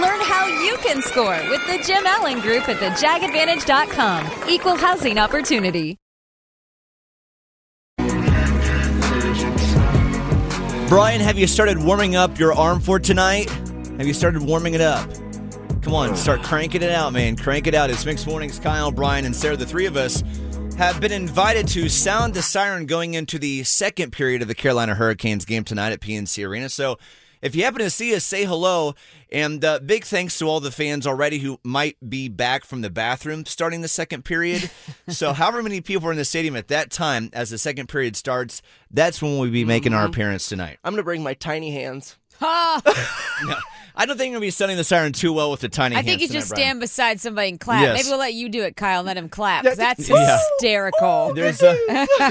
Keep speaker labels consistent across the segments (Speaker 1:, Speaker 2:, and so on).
Speaker 1: Learn how you can score with the Jim Allen Group at thejagadvantage.com. Equal housing opportunity.
Speaker 2: Brian, have you started warming up your arm for tonight? Have you started warming it up? Come on, start cranking it out, man. Crank it out. It's Mixed Mornings. Kyle, Brian, and Sarah, the three of us, have been invited to sound the siren going into the second period of the Carolina Hurricanes game tonight at PNC Arena. So if you happen to see us, say hello. And uh, big thanks to all the fans already who might be back from the bathroom starting the second period. so, however many people are in the stadium at that time as the second period starts, that's when we'll be making our appearance tonight.
Speaker 3: I'm gonna bring my tiny hands.
Speaker 2: I don't think you're going to be sounding the siren too well with the
Speaker 4: I
Speaker 2: tiny hands.
Speaker 4: think you
Speaker 2: tonight,
Speaker 4: just
Speaker 2: Brian.
Speaker 4: stand beside somebody and clap.
Speaker 2: Yes.
Speaker 4: Maybe we'll let you do it, Kyle, and let him clap. 'cause
Speaker 2: Yeah.
Speaker 4: That's
Speaker 2: Yeah.
Speaker 4: hysterical.
Speaker 2: There's uh,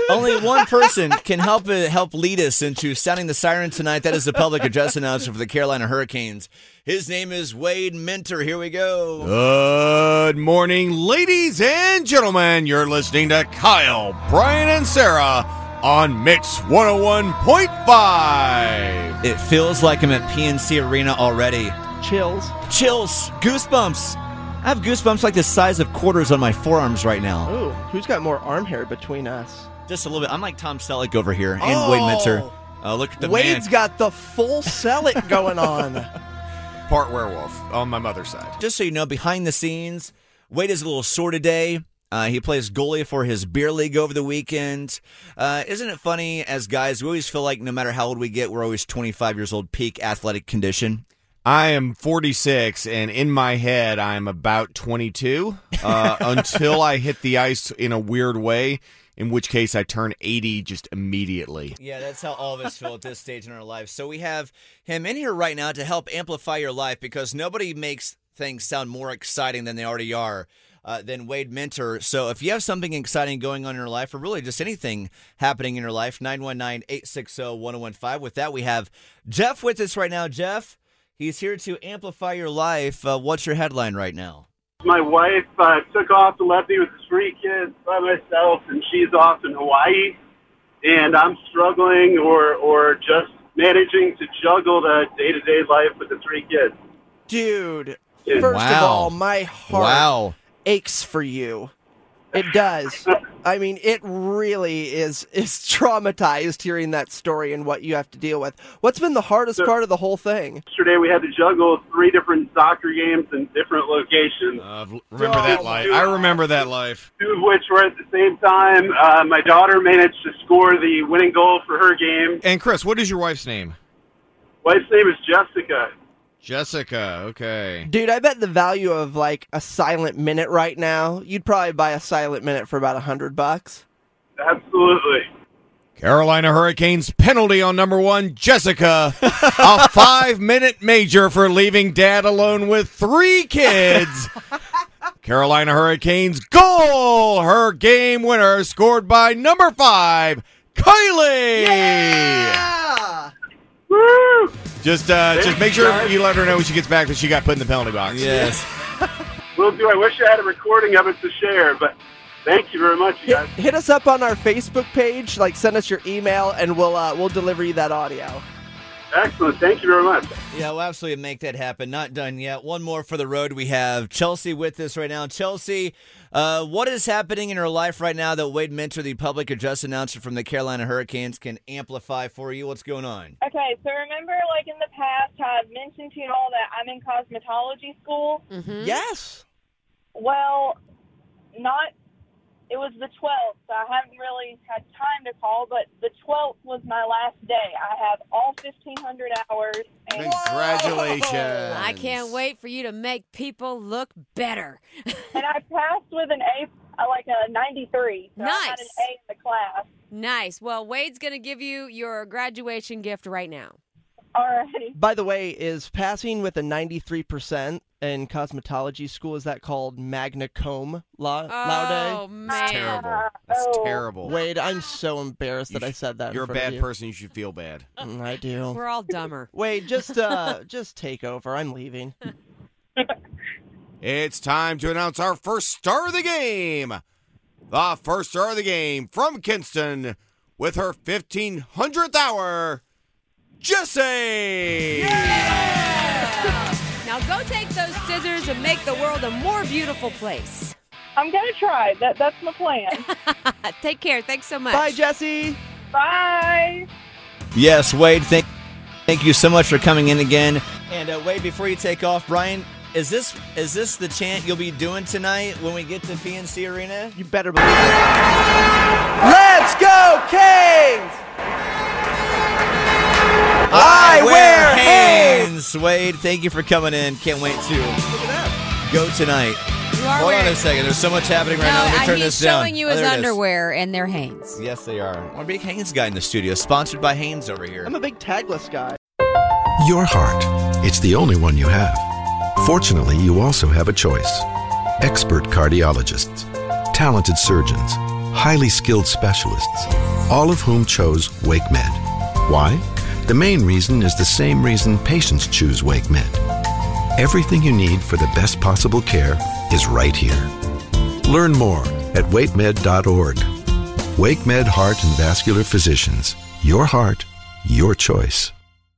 Speaker 2: only one person can help uh, help lead us into sounding the siren tonight. That is the public address announcer for the Carolina Hurricanes. His name is Wade Minter. Here we go.
Speaker 5: Good morning, ladies and gentlemen. You're listening to Kyle, Brian, and Sarah on Mix 101.5.
Speaker 2: It feels like I'm at PNC Arena already.
Speaker 3: Chills.
Speaker 2: Chills, goosebumps. I have goosebumps like the size of quarters on my forearms right now.
Speaker 3: Ooh, who's got more arm hair between us?
Speaker 2: Just a little bit. I'm like Tom Selleck over here and
Speaker 3: Oh.
Speaker 2: Wade Minter. Uh, look at the man.
Speaker 3: Wade's got the full sell it going on.
Speaker 5: Part werewolf on my mother's side.
Speaker 2: Just so you know, behind the scenes, Wade is a little sore today. Uh, he plays goalie for his beer league over the weekend. Uh, isn't it funny, as guys, we always feel like no matter how old we get, we're always 25 years old, peak athletic condition.
Speaker 5: I am 46, and in my head, I'm about 22 uh, until I hit the ice in a weird way, in which case I turn 80 just immediately.
Speaker 2: Yeah, that's how all of us feel at this stage in our lives. So we have him in here right now to help amplify your life because nobody makes things sound more exciting than they already are. Uh, than Wade Mentor. So if you have something exciting going on in your life, or really just anything happening in your life, 919 860 1015. With that, we have Jeff with us right now. Jeff, he's here to amplify your life. Uh, what's your headline right now?
Speaker 6: my wife uh, took off to Lebanon with three kids by myself, and she's off in Hawaii, and I'm struggling or or just managing to juggle the day to day life with the three kids.
Speaker 3: Dude,
Speaker 6: Yeah.
Speaker 3: first of
Speaker 2: Wow.
Speaker 3: all, my heart aches for you. It does. I mean, it really is is traumatized hearing that story and what you have to deal with. What's been the hardest part of the whole thing?
Speaker 6: Yesterday we had to juggle three different soccer games in different locations,
Speaker 5: Uh, remember that life. I remember that life.
Speaker 6: two of which were at the same time. Uh, my daughter managed to score the winning goal for her game.
Speaker 5: And Chris, what is your wife's name?
Speaker 6: Wife's name is Jessica.
Speaker 5: Jessica. Okay.
Speaker 3: Dude, I bet the value of like a silent minute right now, you'd probably buy a silent minute for about a hundred bucks.
Speaker 6: Absolutely.
Speaker 5: Carolina Hurricanes penalty on number one, Jessica. a five minute major for leaving dad alone with three kids. Carolina Hurricanes goal. Her game winner scored by number five, Kylie.
Speaker 3: Ah!
Speaker 6: Woo!
Speaker 5: Just uh, just
Speaker 6: Thanks,
Speaker 5: make sure
Speaker 6: guys.
Speaker 5: you let her know when she gets back that she got put in the penalty box.
Speaker 2: Yes.
Speaker 6: Will do. I wish I had a recording of it to share, but thank you very much, you
Speaker 3: Hit,
Speaker 6: guys.
Speaker 3: hit us up on our Facebook page, like send us your email, and we'll uh, we'll deliver you that audio.
Speaker 6: Excellent. Thank you very much.
Speaker 2: Yeah, we'll absolutely make that happen. Not done yet. One more for the road. We have Chelsea with us right now. Chelsea, uh, what is happening in her life right now that Wade Mentor, the public address announcer from the Carolina Hurricanes, can amplify for you? What's going on?
Speaker 7: Okay, so remember, like in the past, how I've mentioned to you all that I'm in cosmetology school?
Speaker 3: Mm.
Speaker 4: Mm-hmm.
Speaker 3: Yes.
Speaker 7: Well, not. It was the 12th, so I haven't really had time to call, but the 12th was my last day. I have all 1,500 hours. And
Speaker 5: Congratulations.
Speaker 4: I can't wait for you to make people look better.
Speaker 7: and I passed with an A, uh, like a 93. So I had an
Speaker 4: Nice.
Speaker 7: A in the class.
Speaker 4: nice. Well, Wade's going to give you your graduation gift right now.
Speaker 7: Alrighty.
Speaker 3: By the way, is passing with a ninety three percent in cosmetology school is that called magna cum la-
Speaker 4: Oh,
Speaker 3: laude?
Speaker 4: man.
Speaker 5: That's terrible. That's terrible.
Speaker 3: Wade, I'm so embarrassed that I said that. in
Speaker 5: You're a
Speaker 3: front of
Speaker 5: bad
Speaker 3: you.
Speaker 5: person. You should feel bad.
Speaker 3: Mm, I do.
Speaker 4: We're all dumber.
Speaker 3: Wade, just uh, just take over. I'm leaving.
Speaker 5: It's time to announce our first star of the game. The first star of the game from Kinston with her 1500th hour, Jesse.
Speaker 4: Now go take those scissors and make the world a more beautiful place. Uh,
Speaker 7: I'm gonna try. That that's my plan.
Speaker 4: Take care. Thanks so much.
Speaker 3: Bye, Jesse.
Speaker 7: Bye.
Speaker 2: Yes, Wade, thank, thank you so much for coming in again. And uh, Wade, before you take off, Brian, is this is this the chant you'll be doing tonight when we get to PNC Arena?
Speaker 3: You better believe it. Let's go, Kings!
Speaker 2: I
Speaker 3: wear
Speaker 2: hands. Wade, thank you for coming in. Can't wait to go tonight.
Speaker 4: You are
Speaker 2: Hold on
Speaker 4: wearing-
Speaker 2: a second. There's so much happening right
Speaker 4: No,
Speaker 2: now. Let me
Speaker 4: I-
Speaker 2: turn
Speaker 4: he's
Speaker 2: this down.
Speaker 4: showing you
Speaker 2: Oh,
Speaker 4: his
Speaker 2: there it is.
Speaker 4: underwear and their hands.
Speaker 2: Yes, they are. I'm a big Haynes guy in the studio, sponsored by Haynes over here.
Speaker 3: I'm a big tagless guy.
Speaker 8: Your heart. It's the only one you have. Fortunately, you also have a choice. Expert cardiologists, talented surgeons, highly skilled specialists, all of whom chose WakeMed. Why? The main reason is the same reason patients choose WakeMed. Everything you need for the best possible care is right here. Learn more at wakemed.org. WakeMed Heart and Vascular Physicians. Your heart, your choice.